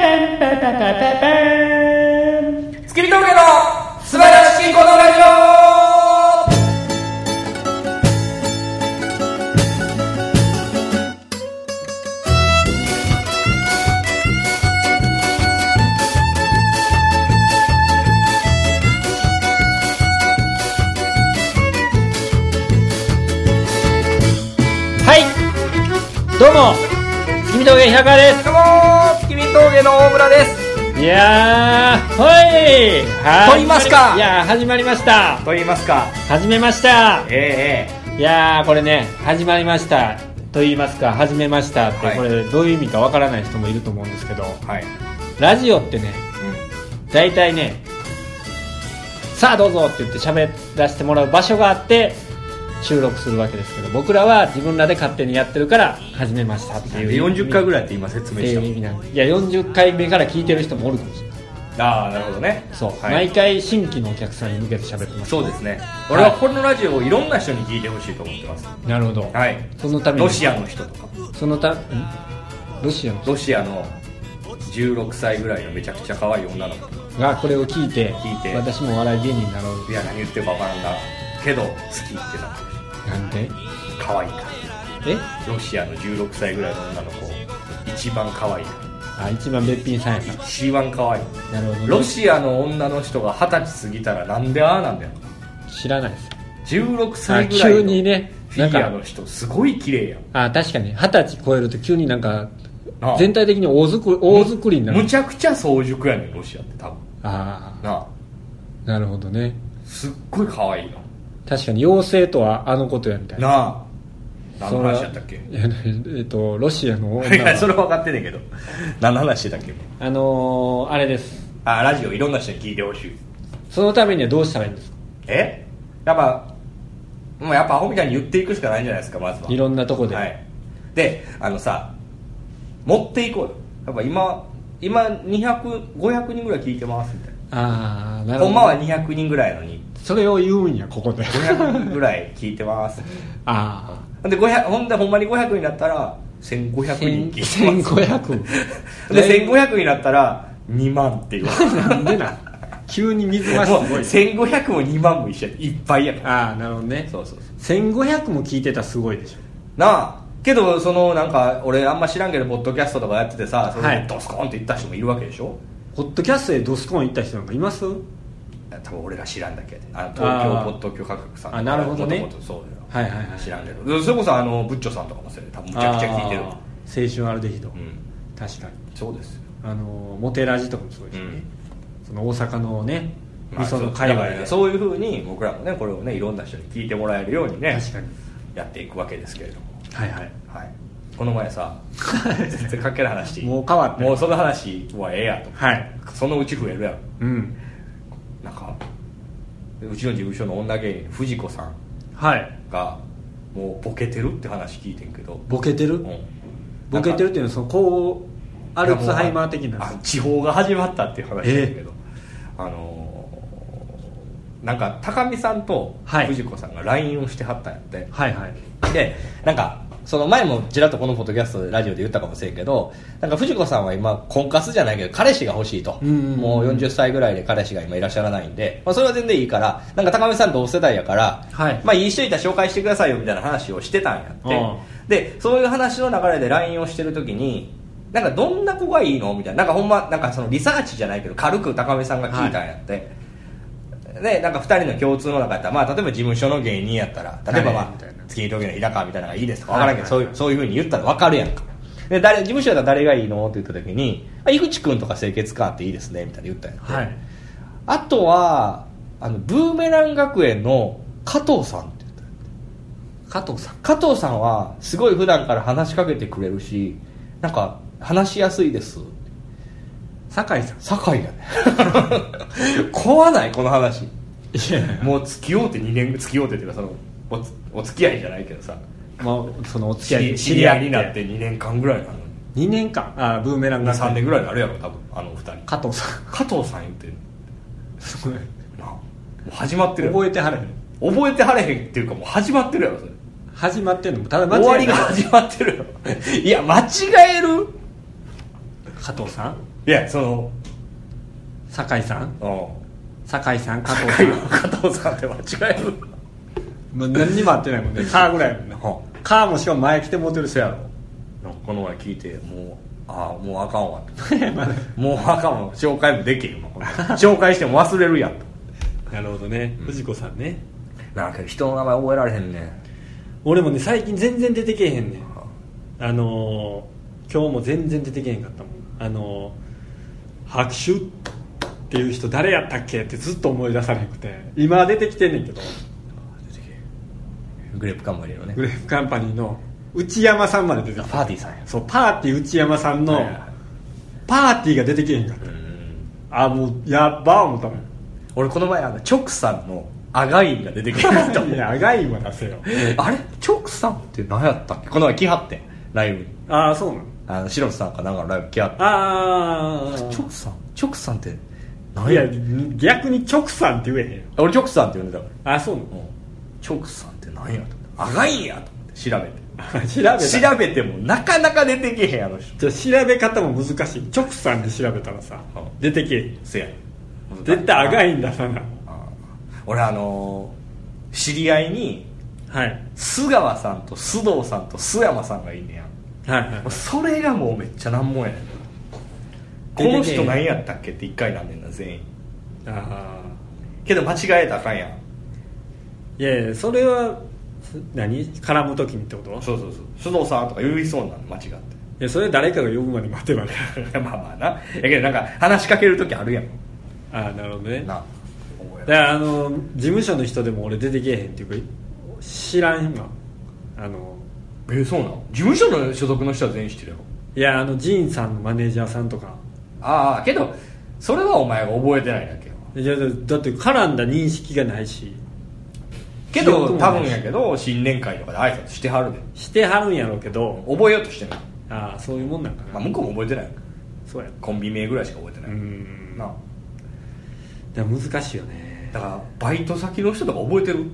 パパパパーン月見峠の素晴らしいこのラジオはいどうも月見峠平川でどうも月見峠の大村ですすいやーはいは撮りますかいやー始まりましたと言いますか始めましたえいやーこれね始まりましたと言いますか始めましたって、はいこれどういう意味かわからない人もいると思うんですけどえはい、ラジオってね大体ねさあどうぞって言って喋らせてもらう場所があって収録するわけですけど僕らは自分らで勝手にやってるから始めましたってでいう40回ぐらいらいって今説っ明ていうし意味なんですいや40回目から聞いてる人もおるかもしれないたああなるほどねそう、はい毎回新規のお客さんに向けて喋ってますそうですね俺はこのラジオをいろんな人に聞いてほしいと思ってますなるほど、はいそのためにロシアの人とかそのたんロシアの人ロシアの16歳ぐらいのめちゃくちゃ可愛い女の子がこれを聞いて聞いて私もお笑い芸人になろういや何言ってるか分からんがけど好きってなってほしいなんて可愛いからえロシアの16歳ぐらいの女の子一番可愛いあ一番べっぴんさんやか C1 可愛いらなるほどね、ロシアの女の人が二十歳過ぎたらなんでああなんだよ知らないです16あ歳ぐらい急にのねフなィんギュアかの人すごい綺麗やんあ確かに二十歳超えると急になんかなあ全体的に大作り大作りになむるちゃくちゃ早熟やねんロシアって多分あなああなるほどねすっごい可愛いの確かに妖精とはあのことやみたいななあ何そのれは話やったっけいやえっとロシアの い女やそはれは分かってんねんけど何の話だっけあのー、あれですあラジオいろんな人に聞いてほしいそのためにはどうしたらいいんですかえやっぱもうやっぱアホみたいに言っていくしかないんじゃないですかまずはいろんなとこで、はい、であのさ持っていこうよやっぱ今今200500人ぐらい聞いてますみたいああななるほほんどまは200人ぐらいやのにそれを言うんやここで500人ぐらい聞いてます あで500ほんでほんまに500になったらあ1500人聞いてま1500す で1500になったら2万っていうもなんでなん急に 水増うしすごい1500も2万も一緒やいっぱいやからああなるほどねそうそうそう1500も聞いてたらすごいでしょなあけどそのなんか俺あんま知らんけどポッドキャストとかやっててさそれはでいドスコーンって言った人もいるわけでしょ、ホットキャストでドスコン行った人なんかいますは多分俺ら知らんだけやであの東あー京ポッドキャ価格さんとかあなるほどね元々そうだよいはいはい知らんけどそれこそあのブッチョさんとかもそうやで多分むちゃくちゃ聞いてるあー青春アルデヒド、うん確かにそうですよあのモテラジとかもそうですよね、その大阪のねまあ味噌の界隈だからで、ねそういうふうに僕らもねこれをねいろんな人に聞いてもらえるようにね確かにやっていくわけですけれどもはいはいはいこの 前さ全然関係ない話していいもう変わったもうその話はええやとはいそのうち増えるやろうんなんかうちの事務所の女芸人藤子さんはいがもうボケてるって話聞いてんけどボケてる、ボケてるっていうのはそのこうアルツハイマー的なあ地方が始まったっていう話だけど、あのーなんか高見さんとはい藤子さんが LINE をしてはったんやって、はいはいでなんかその前もちらっとこのポッドキャストでラジオで言ったかもしれんけどなんか藤子さんは今婚活じゃないけど彼氏が欲しいと、うんうんうんもう40歳ぐらいで彼氏が今いらっしゃらないんで、まあ、それは全然いいからなんか高見さん同世代やから、はいまあ、いい人いたら紹介してくださいよみたいな話をしてたんやって、うんでそういう話の流れで LINE をしてる時になんかどんな子がいいのみたいななんかほんまなんかそのリサーチじゃないけど軽く高見さんが聞いたんやって、でなんか2人の共通の中やったら、まあ、例えば事務所の芸人やったら例えば、まはいみたいなあ、月見峠の日高みたいなのがいいですとか分からんけど、はいはいそういうそういうふうに言ったら分かるやんかで誰事務所やったら誰がいいのって言った時にあ井口君とか清潔感あっていいですねみたいな言ったんやって、はいあとはあのブーメラン学園の加藤さんって言ったんや加藤さん加藤さんはすごい普段から話しかけてくれるしなんか話しやすいです酒井さん酒井 やね怖ないこの話いやいやもう付き合うて2年付き合うてっていうかそのおつお付き合いじゃないけどさまあそのお付き知合いり知り合いになって2年間ぐらいなのに2年間あブーメランが3年ぐらいになるやろ多分あの2人加藤さん加藤さん言ってるすごいなもう始まってるやろ覚えてはれへん覚えてはれへんっていうかもう始まってるやろそれ始まってんのもただ間違い終わなりいが始まってるやろいや間違える加藤さんいやその酒井さんうん酒井さん加藤さ高いんよ加藤さんって間違えるまあ、何にも合ってない もんね「カー」ぐらいやもんねは「カー」もしかも前来てモテる人やろなんかこの前聞いてもうああもうあかんわっ てまあねもうあかんわ紹介もできへんわこれ紹介しても忘れるやんとなるほどね、藤子さんねなんか人の名前覚えられへんねん俺もね最近全然出てけえへんねんあのー今日も全然出てけえへんかったもんあのー拍手っていう人誰やったっけってずっと思い出されなくて今は出てきてんねんけどグレープカンパニーのねグレープカンパニーの内山さんまで出てきたパーティーさんやそうパーティー内山さんのはいはいパーティーが出てけえへんかったうんあもうやっば思ったもん俺この前あのチョクさんのアガインが出てきま したもんいや 長いは出せよあれチョクさんって何やったっけこの前来はってんライブにああそうなのあのシロさんかなんかのライブ来はってああチョクさんチョクさんってい何やや逆に直さんって言えへんよ俺チョクさんって呼んでたからあそうなチョクさんって何やと思ってアガインやと思って調べのて 調べた調べてもなかなか出てけへんやろしじゃあ調べ方も難しい直さんで調べたらさうん出てけえへんせや絶対あがいんださな俺あのー知り合いにはい須川さんと須藤さんと須山さんがいんねやもはいはいうそれがもうめっちゃ難問やねんこ出てけえの人何やったっけって一回なんねんな全員ああけど間違えたらあかんやんいやいやそれはす何絡む時にってことそうそうそう須藤さんとか言いそうなんの間違って いやそれ誰かが呼ぶまで待てばねまあまあなやけどなんか話しかける時あるやんああなるほどねなだからあの事務所の人でも俺出てけえへんっていうか知らんわあのえーそうなの事務所の所属の人は全員知ってるよいやあのジーンさんのマネージャーさんとかああけどそれはお前が覚えてないだけよいやだだって絡んだ認識がないしけ記憶もど多ない分やけど新年会とかで挨拶してはるでしてはるんやろうけど覚えようとしてない、ああそういうもんなんかな、まあ、向こうも覚えてないそうやコンビ名ぐらいしか覚えてうない、んなだかあら難しいよねだからバイト先の人とか覚えてる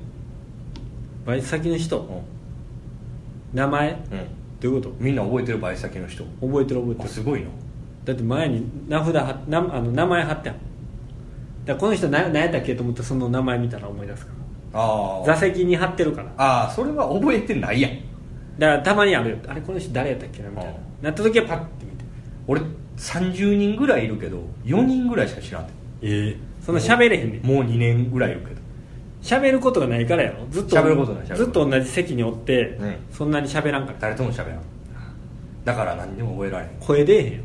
バイト先の人、名前どういうこみんな覚えてるバイト先の人と覚えてる覚えてあるすごいなだって前に名札貼っなあの名前貼ってあるだからこの人な何やったっけと思ってその名前見たら思い出すかあらー座席に貼ってるからあーそれは覚えてないやんだからたまにあるよあれこの人誰やったっけなみたいなあなった時はパッて見て俺30人ぐらいいるけど4人ぐらいしか知らんてええそんな喋れへんねんもう2年ぐらいいるけど喋ることがないからやろずっと喋ることない喋ることずっと同じ席におって、うんそんなに喋らんから誰とも喋らんだから何にも覚えられへん声出えへんよ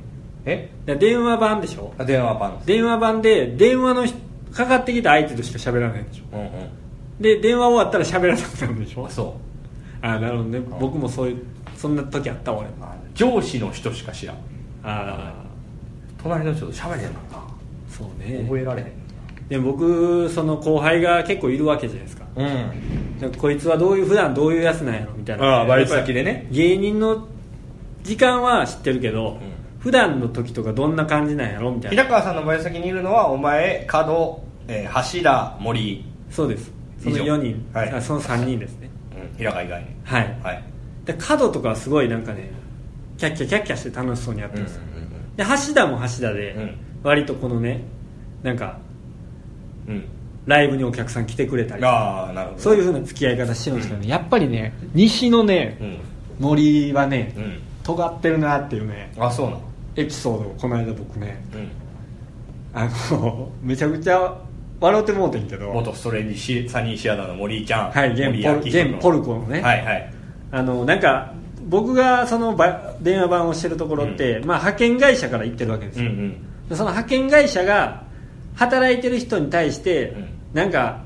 えだから電話番でしょあ電話番電話番で電話のひかかってきた相手としか喋らないでしょうんうんで電話終わったら喋らなくなるんでしょあそうああなるほどねん僕もそういうそんな時あったわ俺もあの上司の人しか知らんああ隣の人と喋れへんからそうなね覚えられへんでも僕その後輩が結構いるわけじゃないですかうんなんかこいつはどういう普段どういうやつなんやろみたいなああバイト先でね芸人の時間は知ってるけど、ん普段の時とかどんな感じなんやろみたいな平川さんのバイト先にいるのはお前角、えー柱森、そうですその以上4人、はいあその3人ですね平川以外にはいはいで角とかはすごいなんかねキャッキャキャッキャして楽しそうにやってるんですよ、うで橋田も橋田で、うん割とこのねなんかんうんライブにお客さん来てくれたりああなるほどそういううふうな付き合い方してるんですけどね、やっぱりね西のねうん森はね、うん尖ってるなっていうねあそうなのエピソードをこの間僕ねうんあの めちゃくちゃ笑うてもうてんけど元ストレンジシサニーシアダーの森ちゃんはい現森ポル明彦現ポルコのねはいはいあのなんか僕がそのば電話番をしてるところって、まあ、派遣会社から行ってるわけですうんうよ、んでその派遣会社が働いてる人に対して、うんなんか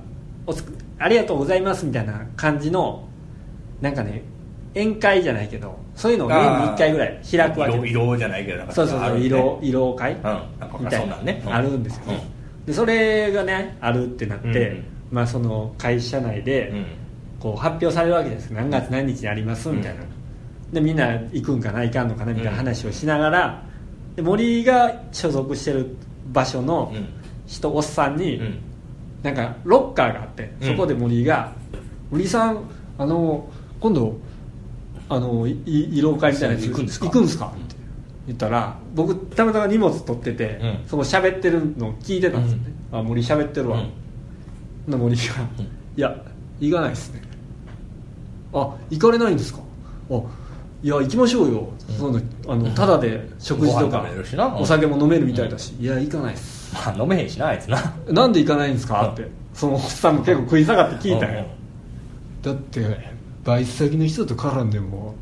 おつありがとうございますみたいな感じのなんかね宴会じゃないけどそういうのを年に1回ぐらい開くわけ移です動移動じゃないけどなんかそうそうあそるうね慰労慰労会うんなんかみたいそんなんねうんあるんですよ、ねうでそれがねあるってなって、うんまあ、その会社内で、こう発表されるわけです何月何日にありますみたいな、うでみんな行くんかな行かんのかなみたいな話をしながら、で森が所属してる場所のうん人おっさんに、うんうんなんかロッカーがあってうんそこで森が「売、り、さんあの今度あのいい慰労会みたいなやつ行くんですか行くんですか?」って言ったら僕たまたま荷物取ってて、うんその喋ってるのを聞いてたんですよね、あ森喋ってるわ、な森が「うんいや行かないですね」「あ行かれないんですか?」あ「いや行きましょうよ、そのあのただで食事とご飯か食べれるしなお酒も飲めるみたいだし、いや行かないですまあ飲めへんしなあいつななんで行かないんですか?」ってそのおっさんも結構食い下がって聞いたんうよんだってバイト先の人と絡んでも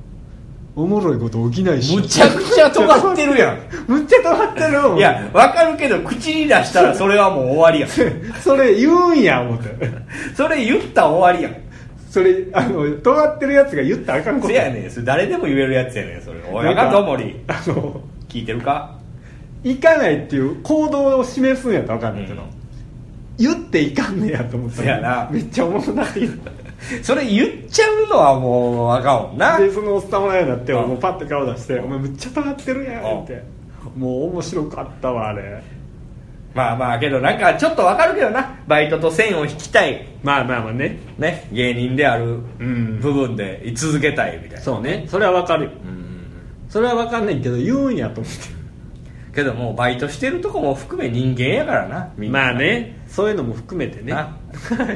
おもろいこと起きないしむちゃくちゃ尖ってるやん むっちゃ止まってるもんいやわかるけど口に出したらそれはもう終わりやん それ言うんや思ってそれ言ったら終わりやんそれあの尖ってるやつが言ったらあかんことせやねんそれ誰でも言えるやつやねんそれおいなあんかかんともりあの聞いてるか行かないっていう行動を示すんやったら分かんないけど、うん言っていかんねやと思ったらそやなめっちゃおもろなって言っそれ言っちゃうのはもうあかんもんなたでそのおっさんもないなってうんもうパッと顔出して「お前むっちゃ尖ってるやん」ってもう面白かったわあれまあまあけどなんかちょっとわかるけどなバイトと線を引きたいまあまあまあねね芸人であるうん部分で居続けたいみたいなそうねそれは分かるようんそれは分かんないけど言うんやと思ってけどもうバイトしてるとこも含め人間やからなみんなまあねそういうのも含めてねな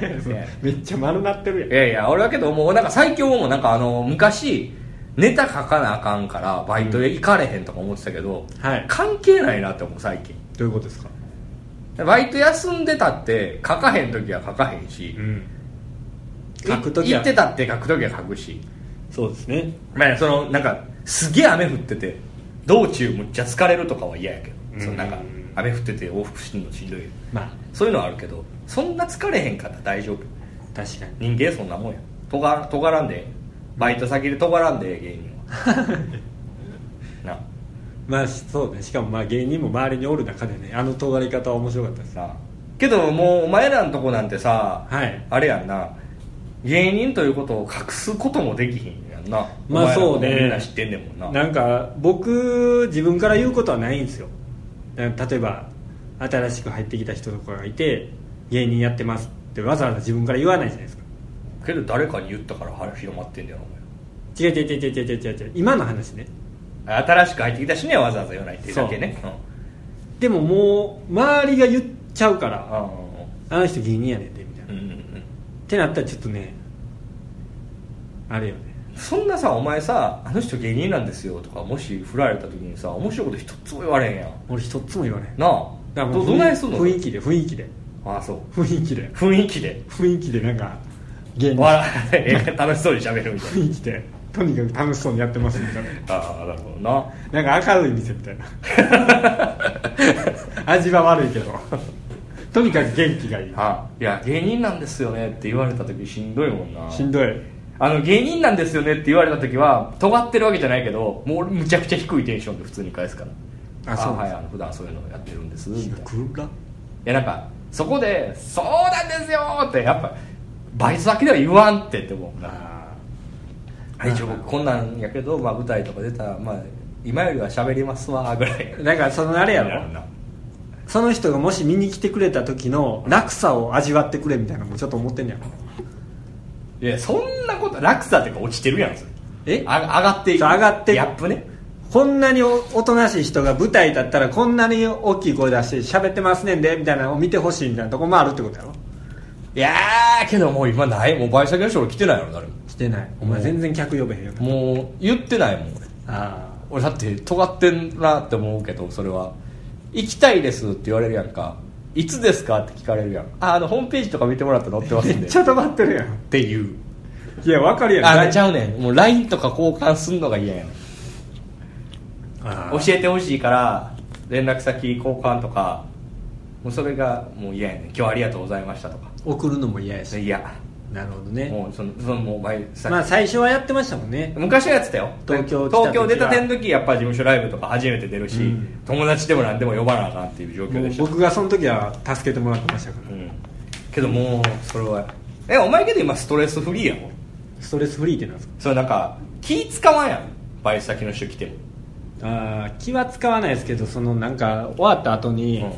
めっちゃ丸なってるやんいやいや俺はけどもうなんか最近もなんかあの昔ネタ書かなあかんからバイトへ行かれへんとか思ってたけど、はい関係ないなって思う最近どういうことですかバイト休んでたって書かへん時は書かへんし、んい書く時は行ってたって書く時は書くしそうですねまあそのなんかすげえ雨降ってて道中むっちゃ疲れるとかは嫌やけど、うんそのなんか雨降ってて往復するのしんどいまあそういうのはあるけどそんな疲れへんかったら大丈夫確かに人間そんなもんやとがとがらんでバイト先でとがらんで芸人はなまあそうねしかもまあ芸人も周りにおる中でねあの尖り方は面白かったですなけどもうお前らのとこなんてさ、はいあれやんな芸人ということを隠すこともできひんやんなまあお前らのことそうねみんな知ってんねんもんななんか僕自分から言うことはないんですよなんか例えば新しく入ってきた人とかがいて芸人やってますってわざわざ自分から言わないじゃないですかけど誰かに言ったからは広まってんだよなお違前う違う違う違う違う違う違う今の話ね新しく入ってきたしにはわざわざ言わないっていうだけねでももう周りが言っちゃうかうらんあの人芸人やねんでみたいな、うんうっんうんてなったらちょっとねあれよねそんなさお前さ「あの人芸人なんですよ」とかもし振られた時にさ面白いこと一つも言われへんやん俺一つも言わないなあだからもどうどないすんの雰囲気で雰囲気でああそう雰囲気で雰囲気で雰囲気でなんか芸人笑え楽しそうにしゃべるみたい雰囲気でとにかく楽しそうにやってますみたいなああなるほどなななんか明るい店みたいな 味は悪いけどとにかく元気がいいあいや芸人なんですよねって言われた時しんどいもんなしんどいあの芸人なんですよねって言われた時は尖ってるわけじゃないけどもう俺むちゃくちゃ低いテンションで普通に返すからあそうはいあの普段そういうのやってるんですみたいないくらやなんかそこで「そうなんですよ!」ってやっぱバイト先では言わんってって思うなあはい、一応僕こんなんやけど、まあ、舞台とか出たら、まあ、今よりは喋りますわぐらいーなんかそのあれやろその人がもし見に来てくれた時の落差を味わってくれみたいなのもちょっと思ってんねやろいやそんなこと落差っていうか落ちてるやんそれえあ上がっていくそう上がってギャップねこんなにおおとなしい人が舞台だったらこんなに大きい声出して喋ってますねんでみたいなのを見てほしいみたいなとこもあるってことやろいやーけどもう今ないもうバイト先の人俺来てないやろ誰もしてないお前全然客呼べへんよもう言ってないもん俺あ俺だって尖ってんなって思うけどそれは「行きたいです」って言われるやんか「いつですか?」って聞かれるやんああのホームページとか見てもらったら載ってますめんでっちゃ黙ってるやんっていういやわかるやんあちゃゃうねんもう LINE とか交換すんのが嫌やねん教えてほしいから連絡先交換とかもうそれがもう嫌やねん今日ありがとうございましたとか送るのも嫌やしいやなるほどねもうそのそのもう前さまあ最初はやってましたもんね昔はやってたよ東京来た時は東京出たての時やっぱ事務所ライブとか初めて出るし、うん友達でも何でも呼ばなあかんっていう状況もでうした僕がその時は助けてもらってましたからうんけどもうそれはえお前けど今ストレスフリーやもんストレスフリーってなんですかそれなんか気使わんやんバイト先の人来てもあー気は使わないですけどそのなんか終わった後に、うんま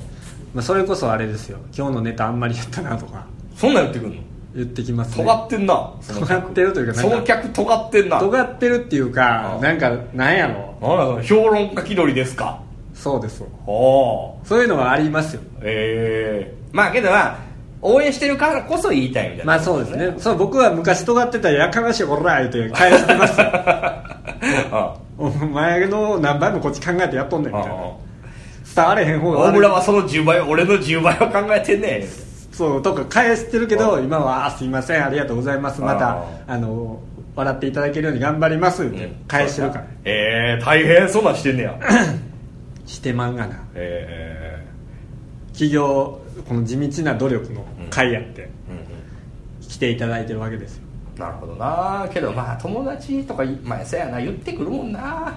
あ、それこそあれですよ今日のネタあんまりやったなとかそんなん言ってくんの言ってきますね尖ってんなその客尖ってるというかそなのんか客尖ってんな尖ってるっていうあかあなんかなんやろなんだその評論家気取りですかそうですわおーそういうのはありますよええまあけどまあ応援してるからこそ言いたいみたいなまあそうですねそう僕は昔尖ってたらやかましいこら言うて返して ますよあお前の何倍もこっち考えてやっとんねんみたいなあ伝われへん方が大悪い村はその10倍俺の10倍を考えてんねそうとか返してるけどあ今はあ「すいませんありがとうございますまあたあの笑っていただけるように頑張ります」っえて返してるからええ大変そうなんしてんねやしてまんがなえ企業この地道な努力の会やってえうんうん来ていただいてるわけですよなるほどなけどまあ友達とかいまあせやな言ってくるもんなま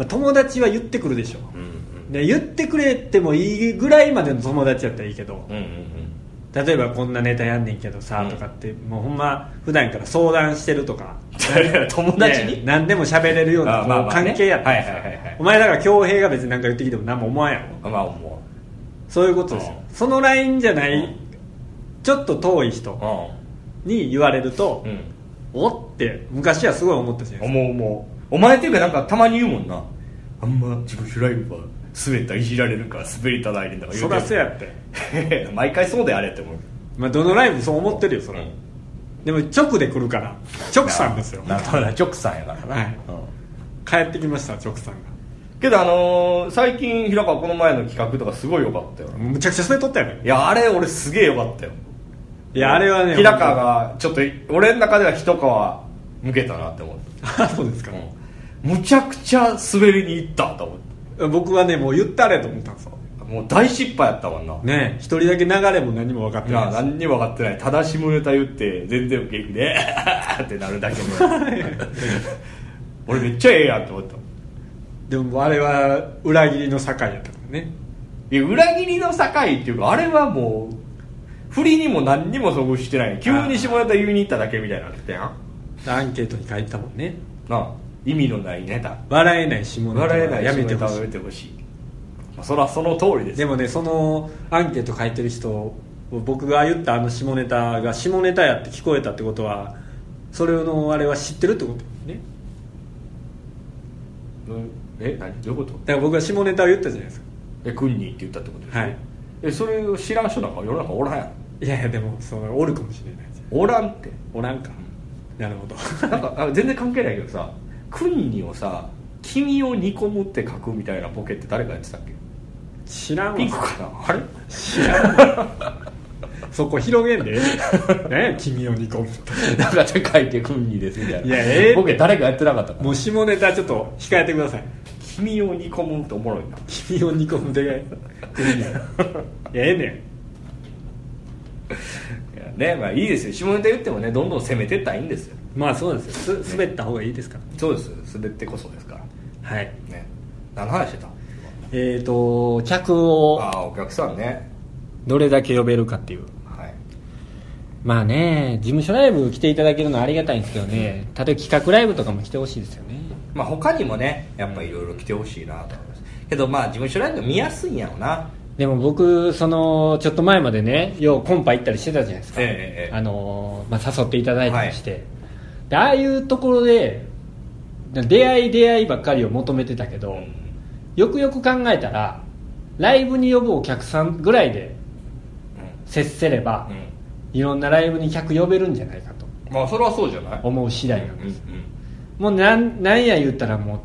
あ友達は言ってくるでしょうんうんで言ってくれてもいいぐらいまでの友達やったらいいけどうんうん例えばこんなネタやんねんけどさうんとかってもうほんま普段から相談してるとかうん友ね達に何でも喋れるようなあまあまあね関係やったらはいはいはいはいお前だから恭平が別に何か言ってきても何も思わんやろまあ思そういうことですようそのラインじゃなういんちょっと遠い人に言われるとううんおって昔はすごい思ったじゃないで思う思うお前っていうかなんかたまに言うもんなあんま自己主ライブは滑ったいじられるから滑りたないでんだかす言かそらうそてやってる毎回そうであれって思うまあどのライブもそう思ってるよそらうんでも直で来るから直さんですよなるほど直さんやからな、はいうん帰ってきました直さんがけどあのー最近平川この前の企画とかすごい良かったよもうむちゃくちゃそれ撮ったよねいやあれ俺すげえ良かったよいやあれはね平川がちょっと俺の中では一皮むけたなって思っあ そうですた、か、うんむちゃくちゃ滑りに行ったと思って僕はねもう言ったれと思ったんですよもう大失敗やったもんなねえ一人だけ流れも何も分かっていやない何にも分かってないただ下ネタ言って全然受け入れでってなるだ けの俺めっちゃええやんって思ったでもあれは裏切りの境やったからねいや裏切りの境っていうかあれはもう振りにも何にも遭遇してない急に下ネタ言いに行っただけみたいになってたやんアンケートに書いてたもんねなあ意味のないネタ笑えない下ネタは笑えないやめて下ネほタはしやいめてほしいまあそれはその通りですでもねそのアンケート書いてる人を僕が言ったあの下ネタが下ネタやって聞こえたってことはそれのあれは知ってるってことだよねうんえ何どういうことだから僕は下ネタを言ったじゃないですかえクンニーって言ったってことでしょはいえそれを知らん人なんか世の中おらんやんいやいやでもそのおるかもしれないじゃんおらんっておらんかなるほどなんかあ全然関係ないけどさ「君に」をさ「君を煮込む」って書くみたいなボケって誰がやってたっけ知らんわピンクかなあ れ知らんわそこ広げんで ね君を煮込むってなんかって書いて「君に」ですみたいないやええボケ誰がやってなかったかもう下ネタちょっと控えてください君を煮込む」っておもろいな君を煮込むでかいいやええねんねまあいいですよ下ネタ言ってもねどんどん攻めてったらいいんですよまあそうなんですよす滑った方がいいですからそうです滑ってこそですからはいね何の話してたえー、と客をああお客さんねどれだけ呼べるかっていうはいまあね事務所ライブ来ていただけるのはありがたいんですけどね例えば企画ライブとかも来てほしいですよねまあ他にもねやっぱいろいろ来てほしいなと思いますけどまあ事務所ライブ見やすいんやろうなでも僕そのちょっと前までねようコンパ行ったりしてたじゃないですか、ええええあのまあ、誘っていただいたりして、でああいうところで出会い出会いばっかりを求めてたけど、よくよく考えたらライブに呼ぶお客さんぐらいで接せれば、ういろんなライブに客呼べるんじゃないかとんまあそれはそうじゃない思う次第なんうんです、もうなんなんや言ったらもう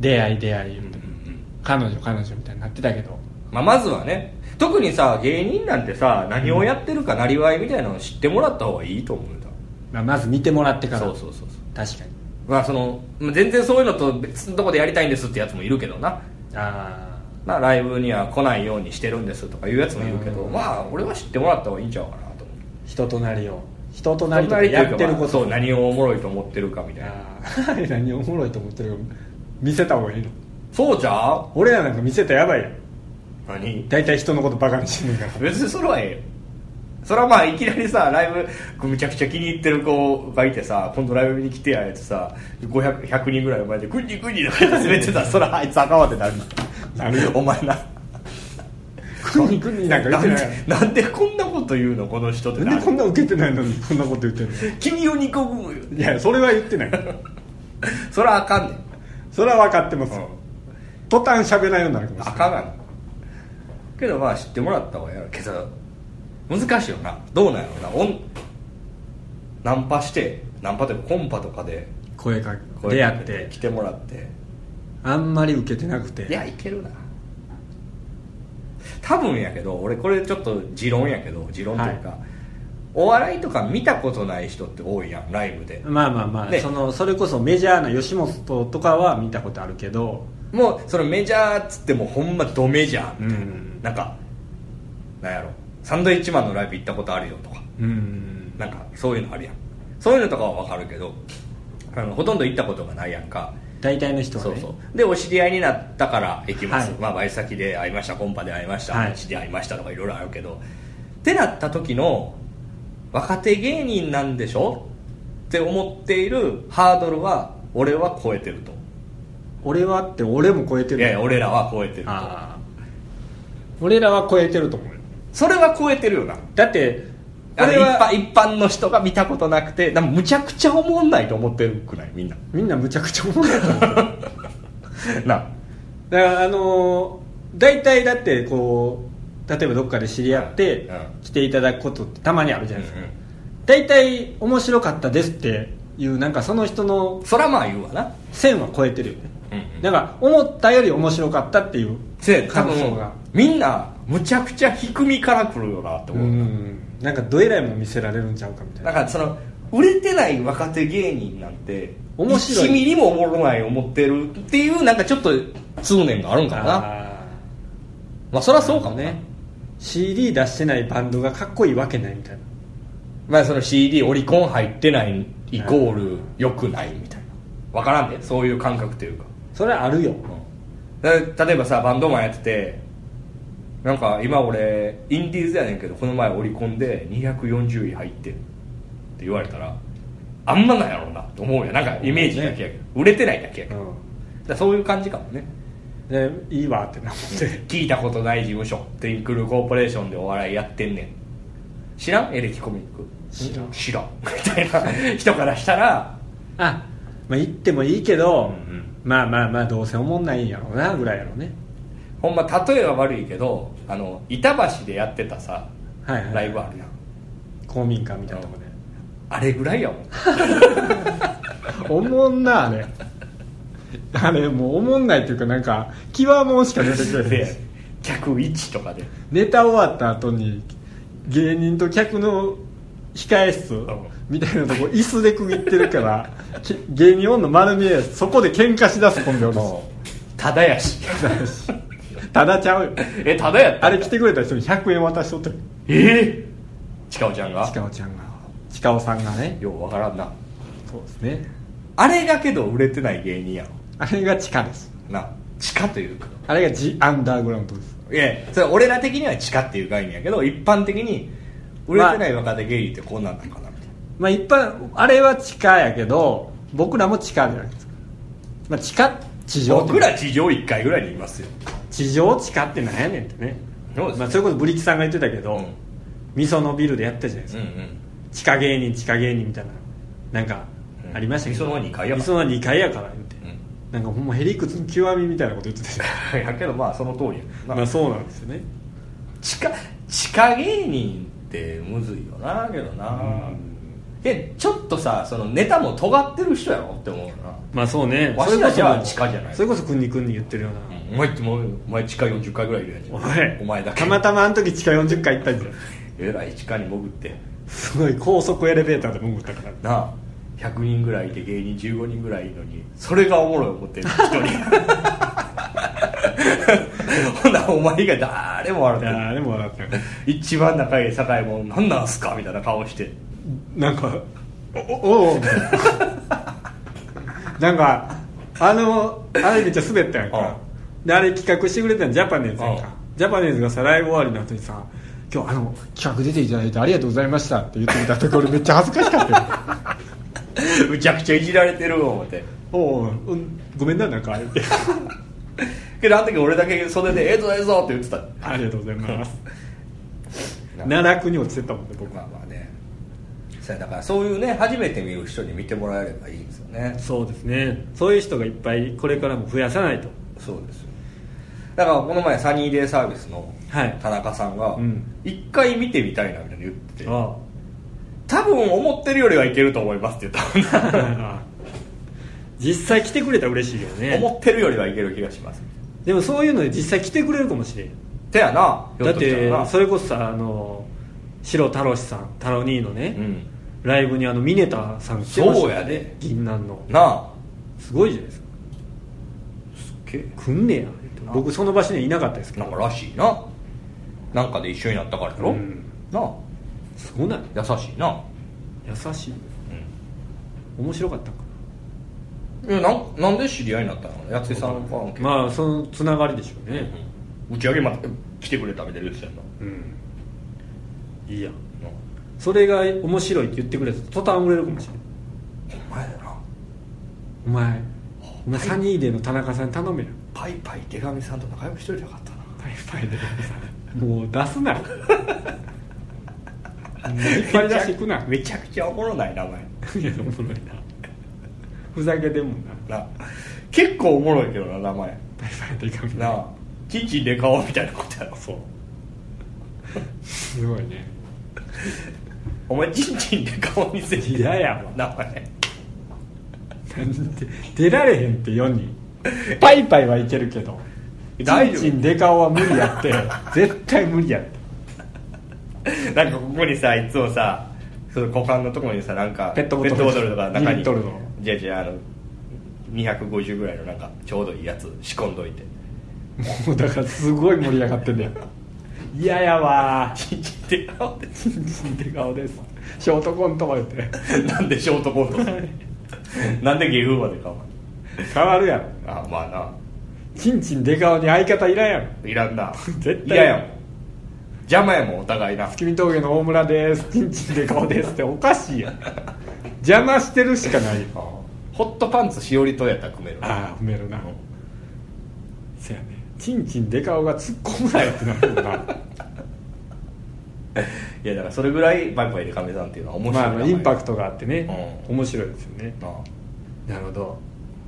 出会い出会い言うんううんて、うん彼女彼女みたいになってたけどまあ、まずはね特にさ芸人なんてさ何をやってるかなりわいみたいなのを知ってもらった方がいいと思うんだまあ、まず見てもらってからそうそうそうそう確かにまあそのまあ全然そういうのと別のとこでやりたいんですってやつもいるけどなあまあライブには来ないようにしてるんですとかいうやつもいるけどうんまあ俺は知ってもらった方がいいんちゃうかなと思うあ人となりを人となりとかやってるまこあそとう何をおもろいと思ってるかみたいな あー何おもろいと思ってるか見せた方がいいのそうじゃう俺らなんか見せたらやばいよ何大体人のことバカにしてるから別にそれはええよそれはまあいきなりさライブこうめちゃくちゃ気に入ってる子がいてさ今度ライブに来てやれてさ500 100人ぐらいの前で「グンニグンニ」とか言って滑ってたらそれはあいつ赤わってなるなるよお前な食いに行くになんか言っなてんでないなんでこんなこと言うのこの人っなてんなでるこんな受けてないのにこんなこと言ってる君を憎むよのいやそれは言ってないそれはあかんねん、それは分かってますよ、途端喋らんようになるかもしあれかんがなけどまあ知ってもらった方がやるけど難しいよなどうなんやろなおんナンパしてナンパというかコンパとかで声かこう出や会って来てもらってあんまり受けてなくいてやいけるな多分やけど俺これちょっと持論やけど持論というか、お笑いとか見たことない人って多いやんライブでまあまあまあ、ねそのそれこそメジャーな吉本とかは見たことあるけどもうそのメジャーっつってもうほんまドメジャーみたいな、うんなんかなんやろサンドイッチマンのライブ行ったことあるよとかうんなんかそういうのあるやんそういうのとかはわかるけどあのほとんど行ったことがないやんか大体の人はねそうそうでお知り合いになったから行きます、はいまあバイト先で会いましたコンパで会いました、はい知り合いましたとかいろいろあるけどってなった時の若手芸人なんでしょって思っているハードルは俺は超えてると俺はって俺も超えてるいやいや俺らは超えてるとああ俺らは超えてると思うよそれは超えてるよなだってあの俺一は般一般の人が見たことなくてでもむちゃくちゃ思んないと思ってるくないみんな みんなむちゃくちゃ思うんだと思う だかならあのー大体だってこう例えばどっかで知り合ってうんうん来ていただくことってたまにあるじゃないですか、うんうん大体面白かったですっていうなんかその人のそらまあ言うわな線は超えてるよねうんうんだから思ったより面白かったっていうせや多感分想がみんなむちゃくちゃ低みからくるよなってう思う、んなんかどえらいもん見せられるんちゃうかみたいだなからその売れてない若手芸人なんて面白い1ミリもおもろない思ってるっていうなんかちょっと通念があるんかもなあーまあそりゃそうかもねね CD 出してないバンドがかっこいいわけないみたいなまあその CD オリコン入ってないイコール良くないみたいな分からんで、そういう感覚というかそれはあるよだ例えばさバンドマンやっててなんか今俺インディーズやねんけどこの前オリコンで240位入ってるって言われたらあんまなんやろうなと思うよなんかイメージだけやけど、売れてないだけやけど、だからそういう感じかもねでいいわってなって聞いたことない事務所テイクルコーポレーションでお笑いやってんねん知らんエレキコミック知らん知らんみたいな人からしたらあまあ行ってもいいけど、うんうんまあまあまあどうせ思んないんやろうなぐらいやろうねほんま例えは悪いけどあの板橋でやってたさはいはいライブあるやん公民館みたいなとこであれぐらいやもん おもんなあれあれもうおもんないっていうかなんか際もんしか出てくれへでん客1とかでネタ終わった後に芸人と客の控え室みたいなとこ椅子で区切ってるから き芸人おんの丸見えやしそこで喧嘩しだすコンビおるただや ししただちゃうよえただやったあれ来てくれた人に100円渡しとったよええちかおちゃんがちかおちゃんがちかおさんがねようわからんなそうですねあれがけど売れてない芸人やろあれが地下ですな地下というかあれがジ・アンダーグラウンドですいやそれ俺ら的には地下っていう概念やけど一般的に売れてない若手芸人ってこんなんなんかなみたいなまあ一般あれは地下やけど僕らも地下じゃないですか、まあ、地下地上って僕ら地上1回ぐらいにいますよ地上地下ってなんやねんってねそうですまあ、それこそブリキさんが言ってたけど、うんみそのビルでやったじゃないですうか、ん 地下芸人地下芸人みたいななんかうんありましたけど、みその二階やからみその二階やから言って、うんなんかほんまへりくつの極みみたいなこと言ってたじうんやけどまあその通りゃやんなまあそうなんですよね地下地下芸人ってむずいよなけどな、でちょっとさそのネタも尖ってる人やろって思うよなまあそうねわしらじゃ地下じゃないそれこそくんにくんに言ってるような、お前ってもうお前地下40回ぐらいいるやんお前お前だけたまたまあの時地下40回行ったんじゃんえらい地下に潜ってすごい高速エレベーターで潜ったからなあ100人ぐらいいて芸人15人ぐらいいるのにそれがおもろい思ってる一人 ほなお前が誰も笑っていやーでも笑ったよる一番仲いい酒井も何なんすかみたいな顔して なんかおおおみ たいななんかあのあれめっちゃ滑ったやんかであれ企画してくれたのジャパネーズやんうんかジャパネーズがさライブ終わりの後にさ「今日あの企画出ていただいてありがとうございました」って言ってみたところめっちゃ恥ずかしかったよ むちゃくちゃいじられてる思っておうおう、うん、ごめんななんかあれってけどあの時俺だけ袖で「ええぞええぞ」って言ってた ありがとうござい ますなんか奈落に落ちてったもんね僕まあまあねそうやだからそういうね初めて見る人に見てもらえればいいんですよねそうですねそういう人がいっぱいこれからも増やさないとそうですよだからこの前サニーデイサービスのはい田中さんがうん「一回見てみたいな」みたいに言っててあ 多分思ってるよりはいけると思いますって言ったもん なあ実際来てくれたら嬉しいよね思ってるよりはいける気がしますでもそういうので実際来てくれるかもしれんてやなひょだっとしたてらなそれこそさあの白太郎さん太郎兄のね、うんライブにあのミネタさん来てましたそうやで銀杏のなあすごいじゃないですかけ来んねや僕その場所にはいなかったですけなどんからしいななんかで一緒になったからやろ、うんなあすごない優しいな優しいうん面白かったんかいやなんなんで知り合いになったのやついさんの関係、なまあそのつながりでしょうね打ち上げまで来てくれたみたいな言ってたよなうんいいやんそれが面白いって言ってくれたら途端売れるかもしれないお前だなお前お前サニーデーの田中さんに頼めよパイパイ手紙さんと仲良くしといてよかったなパイパイでもう出すなもう引っ張り出していくなめちゃくちゃおもろない名前いやおもろいなふざけてんもんなな結構おもろいけどな名前パイパイでいかんなあ父で顔みたいなことやろそうすごいねお前ちんちんで顔見せ嫌やわ名前なんで出られへんって世にパイパイはいけるけど大大丈夫臣デカオは無理やって絶対無理やって なんかここにさいつもさその股間のところにさなんかペットボトルとか中2リにットルのじゃじゃあの250ぐらいのなんかちょうどいいやつ仕込んどいてもうだからすごい盛り上がってんだよ嫌やわちんちんで顔って ちんちんデカオですショートコントまでってなんでショートコン トするなんで芸風までかお変わるやろ前あまあちんちんデカオに相方いらんやろないらんな 絶対嫌やもん邪魔やもんお互いな月見峠の大村ですちんちんデカオですっておかしいやん邪魔してるしかないよホットパンツしおりとやったら組めるああ褒めるなせやねちんちんデカオが突っ込むなよってなるもんないやだからそれぐらいバイバイでカメさんっていうのは面白いまあ名前、まあインパクトがあってね、う面白いですよねなあなるほど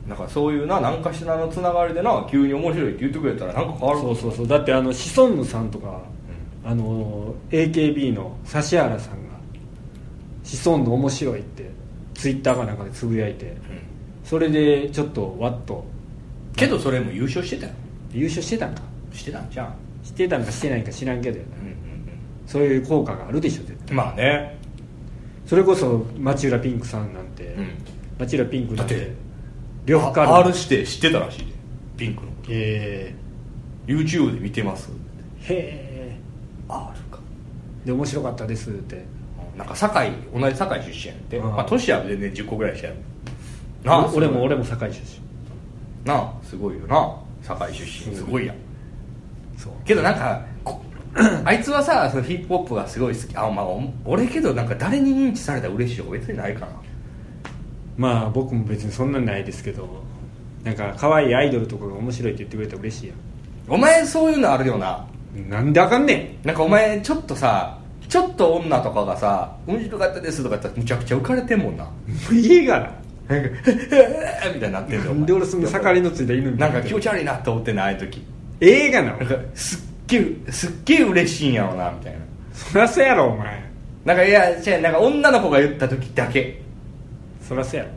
なんかそういうな何かしらのつながりでな急に面白いって言ってくれたらなんか変わるそうそうそうだってあのシソンヌさんとか、あの AKB の指原さんが「シソンヌ面白い」ってツイッターかなんかでつぶやいてうんそれでちょっとわっとけどそれも優勝してたよ優勝してたんかしてたんじゃんしてたんかしてないんか知らんけどやなうんうんそういう効果があるでしょ絶う対んまあねそれこそ町浦ピンクさんなんて、うん町浦ピンクなんだってて両方あ R るして知ってたらしいでピンクのことえ YouTube で見てますー、へ R かえで面白かったですってなんか堺同じ堺出身やって、うんまあ年は全然10個ぐらいしたやろお俺も俺もも堺出身なあすごいよな堺出身すごいやんそうけどなんか こあいつはさそのヒップホップがすごい好きあまあお俺けどなんか誰に認知されたら嬉しいとか別にないかなまあ僕も別にそんなんないですけどなんか可愛いアイドルとかが面白いって言ってくれたら嬉しいやお前そういうのあるよなんなんであかんねなんかお前ちょっとさちょっと女とかがさ「面白かったです」とか言ったらむちゃくちゃ浮かれてんもんなん いいがなんか「えーみたいになってんななだんで俺そんな盛りのついた犬みたないんになかって気る持ち悪いなって思ってんなああいう時ええがなおなん前かすっげえすっげえ嬉しいんやろなみたいなそらそやろお前なんかいや違うなんか女の子が言った時だけそらそやろ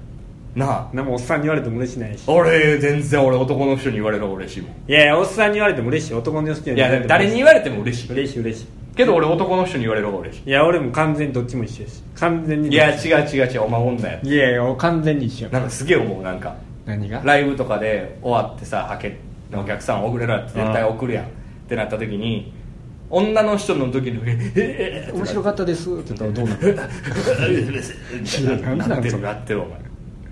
なあなんもおっさんに言われても嬉しないし俺全然俺男の人に言われる方が嬉しいもんいやいやおっさんに言われても嬉しい男の人にいや誰に言われても嬉しい嬉しい嬉しけど俺男の人に言われる方が嬉しいいや俺も完全にどっちも一緒やし完全にいいや違う違う違うお前女やいやいや俺完全に一緒なやんかすげえ思うなんか何がライブとかで終わってさハケのお客さん遅れるやつ絶対送るやんってなった時に女の人の時に「ええ面白かっかったですって言ったら どうなた」るいやいやなんななんってそるれなってるお前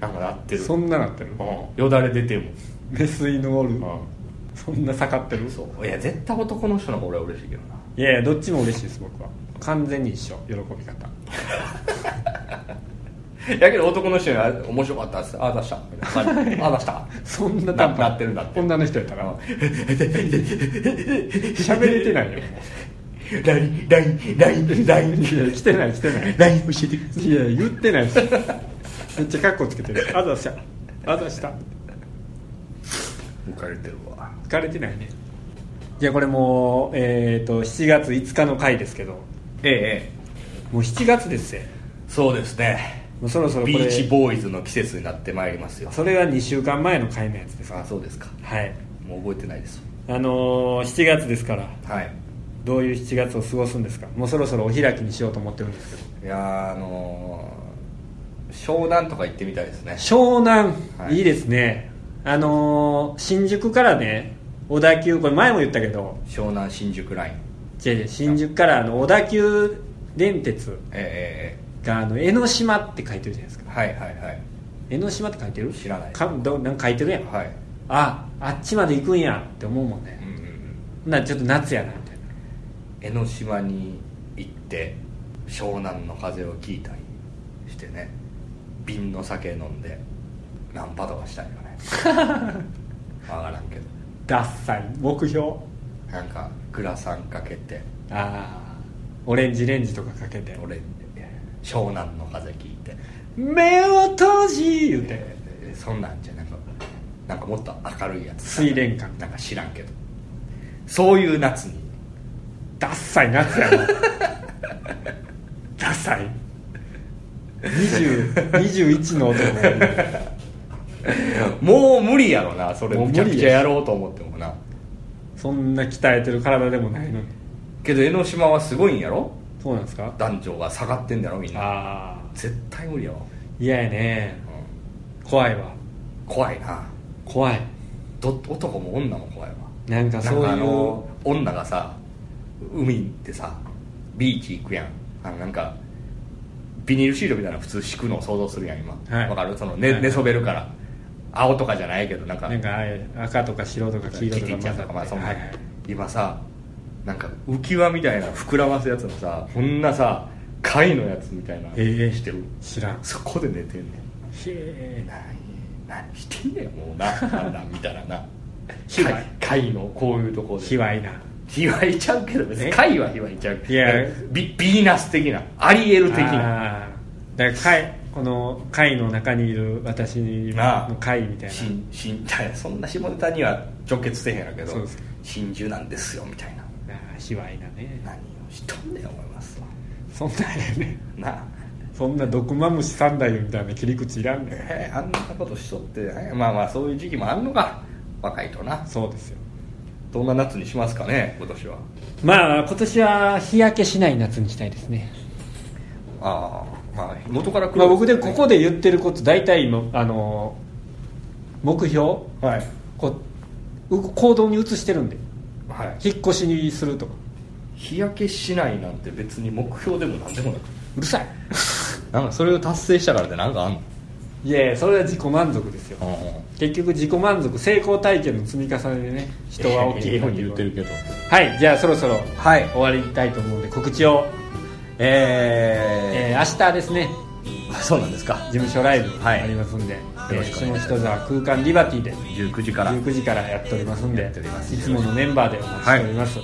なんかなってるそんななってるうんよだれ出てるもんメス犬おるそんな盛ってるそういや絶対男の人の方が俺は嬉しいけどないやいやどっちも嬉しいです僕は完全に一緒喜び方やけど男の人には「面白かった」っつって「ああ出した」みたいな感じああ出した」そんなななってるなってる女の人やったら 喋れてないよ LINELINELINE いやしてないして ない教えてくだいや言って ないしめっちゃカッコつけてるあざしたあざした浮かれてるわ疲れてないねいやこれもうえっ、と7月5日の回ですけどええええもう7月ですよそうですねもうそろそろこビれーチボーイズの季節になってまいりますよそれは2週間前の回のやつですあかそうですかはいもう覚えてないですあのー、7月ですからはいどういう7月を過ごすんですかもうそろそろお開きにしようと思ってるんですけどいやーあのー湘南とか行ってみたいですね湘南、、はいいいですねあのー、新宿からね小田急これ前も言ったけど湘南新宿ライン違う違う新宿からあの小田急電鉄えがあの江ノ島って書いてるじゃないですええええかえはいはいはい江ノ島って書いてる知らないかどなんか書いてるやんはいああっちまで行くんやって思うもんうんねうんうんほんならちょっと夏やなみたいな江ノ島に行って湘南の風を聞いたりしてね瓶の酒飲んでナンパとかしたいよ ね分からんけどダッサい目標なんかグラサンかけてああオレンジレンジとかかけて俺湘南の風聞いて「目を閉じ」言うてえーそんなんじゃなんかなんかもっと明るいやつ水蓮館なんか知らんけどそういう夏に ダッサい夏 やなダッサい20 21の男がいるもう無理やろなそれもう無む理やちゃくちゃやろうと思ってもなそんな鍛えてる体でもないのにけど江ノ島はすごいんやろそうなんですか男女が下がってんだろみんなああ絶対無理やわ、嫌やねうん怖いわ怖いな怖いど男も女も怖いわなんかなそんうかあいのう女がさ海行ってさビーチ行くやんあのなんかビニールシートみたいなの普通敷くのを想像するやん今わ、はいかるそのは寝,、いはい寝そべるから青とかじゃないけどなんかなんかああいう赤とか白とか黄キ色とキかちゃんとかま混あざそっんてはな、いはい今さなんか浮き輪みたいな膨らますやつのさこんなさ貝のやつみたいなへえしてる知らんへそこで寝てんねんえ何何してんねんもうななんだみたいな な卑猥貝貝のこういうとこで卑猥なひわいちゃうけど別えに貝はひわいちゃういやビビーナス的なアリエル的なああだから貝この貝の中にいる私なあの貝みたいなしんしんだそんな下ネタには直結せへんやけどそうですか真珠なんですよみたいななあ卑猥なね何をしとんねん思いますわそんなんやねなあそんな毒マムシ三代みたいな切り口いらんねんえーあんなことしとって、ね、まあまあそういう時期もあんのか若いとなそうですよどんな夏にしますかね今年はまあ今年は日焼けしない夏にしたいですね、ああまあ元から来るまあ、僕でここで言ってること大体今あの目標はいこうう行動に移してるんではい引っ越しにするとか日焼けしないなんて別に目標でも何でもなくうるさいなんかそれを達成したからってなんかあんのいやいやそれは自己満足ですよ結局自己満足成功体験の積み重ねでね人は大きいけどはいじゃあそろそろはい終わりたいと思うんで告知を、ええー明日ですねーそうなんですか事務所ライブはいありますんで、えろーしくお下願い北します沢空間リバティで19時から19時からやっておりますんでやっておりますいつものメンバーでお待ちしております、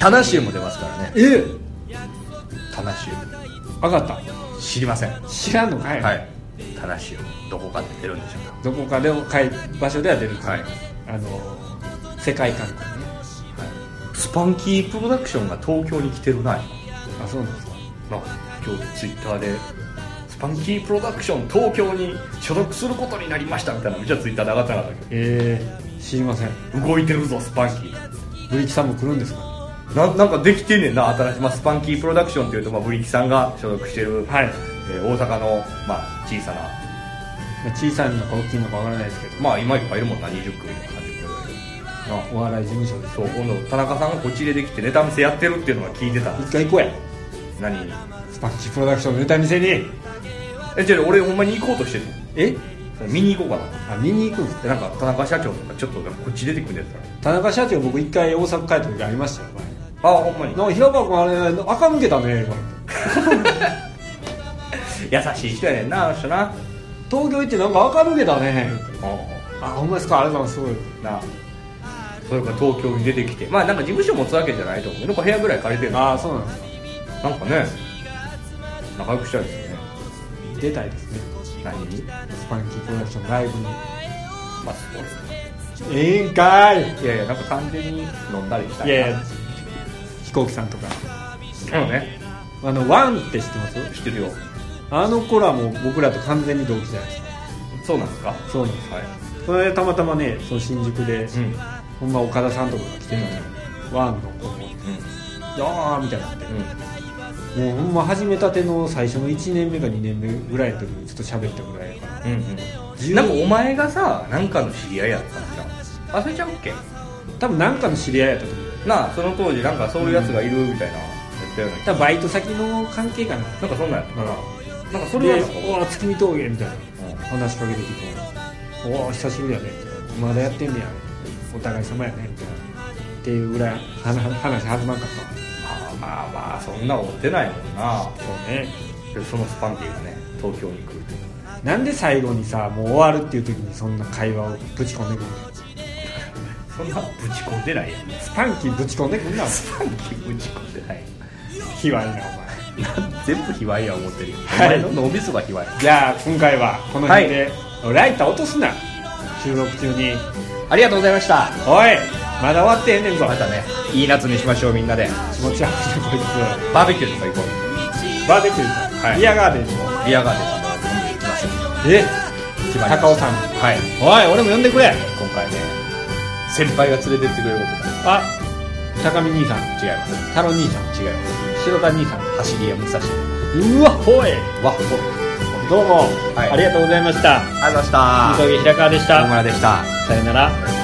タナシウム出ますからねえタナシウム分かった知りません知らんのかい、はいタナシウムどこかで出るんでしょうどこかでも会場所では出ると、はいあの世界観がねか、はい、スパンキープロダクションが東京に来てるなあそうなんですか今なんか今日ツイッターでスパンキープロダクション東京に所属することになりましたみたいなめっちゃツイッターで上がってなかったけえー、知りませんど動いてるぞスパンキーブリキさんも来るんですかななんかできてんねんな新しい、まあ、スパンキープロダクションっていうと、まあ、ブリキさんが所属してる、はい、えー大阪の、まあ、小さなまあ、小さいのか大きいのかわからないですけど、まあ今いっぱいいるもんな20組とか30組ぐらいなお笑い事務所ですそう今度田中さんがこっちでできてネタ見せやってるっていうのは聞いてた一回行こうや何にスパンチプロダクションのネタ見せにえじゃあ俺ほんまに行こうとしてるえ見に行こうかなあ見に行くんですでなんか田中社長とかちょっとなんかこっち出てくんでた田中社長僕一回大阪帰った時ありましたよ前らあほんまになんか平川君あれ垢抜けたね今優しい人やねんなあの人な東京行ってなんか明るげだねなあほんまですかありがとうございますそれから東京に出てきてまあなんか事務所持つわけじゃないと思うなんか部屋ぐらい借りてるすごいのああそうなんですかなんかね仲良くしたいですよね出たいですね何にスパンキープロダクションライブにまあすごええんかいいいやいやなんか完全に飲んだりしたいいなやいや飛行機さんとかそうねあのワンって知ってます知ってるよあの頃はもう僕らと完全に同期じゃないですかそうなんですかはそうなんですいそれでたまたまねその新宿で、うんほんま岡田さんとかが来てたワンの子も「ああ」みたいになってもうほんま始めたての最初の1年目か2年目ぐらいの時にちょっと喋ったぐらいやからうんうんうん10なんかお前がさなんかの知り合いやったんじゃん忘れちゃうっけ多分なんかの知り合いやったと思うなあその当時なんかそういうやつがいるみたいな言ったような多分バイト先の関係かななんかそんなんやったななんかそそれれはでなんか「おお月見峠」みたいな話しかけてきて「おお久しぶりやね」まだやってんねや」お互い様やね」みたいなっていうぐらい話話始まんかったわまあまあまあそんな追ってないもんなそうねでそのスパンティがね東京に来るというなんで最後にさもう終わるっていう時にそんな会話をぶち込んでくるのそんなぶち込んでないやんスパンキーぶち込んでくんなお 前スパンティぶち込んでない卑猥なお前全部卑猥や思ってるよおはい前の脳みそが卑猥じゃあ今回はこの辺で、ライター落とすな収録中にありがとうございましたおいまだ終わってへんねんぞまたねいい夏にしましょうみんなで気持ち悪いなこいバーベキューとか行こつバーベキューか、はいビアガーデンにもうビアガーデンとか飲んでいきましょうえ決まりました高尾さんはいおい俺も呼んでくれ今回ね先輩が連れてってくれることがあ高見兄さん違います太郎兄さん違います白田兄さん走り屋武蔵うわほえわっほどうも、はいありがとうございましたありがとうございました急ぎ平川でした大村でしたさよならさよなら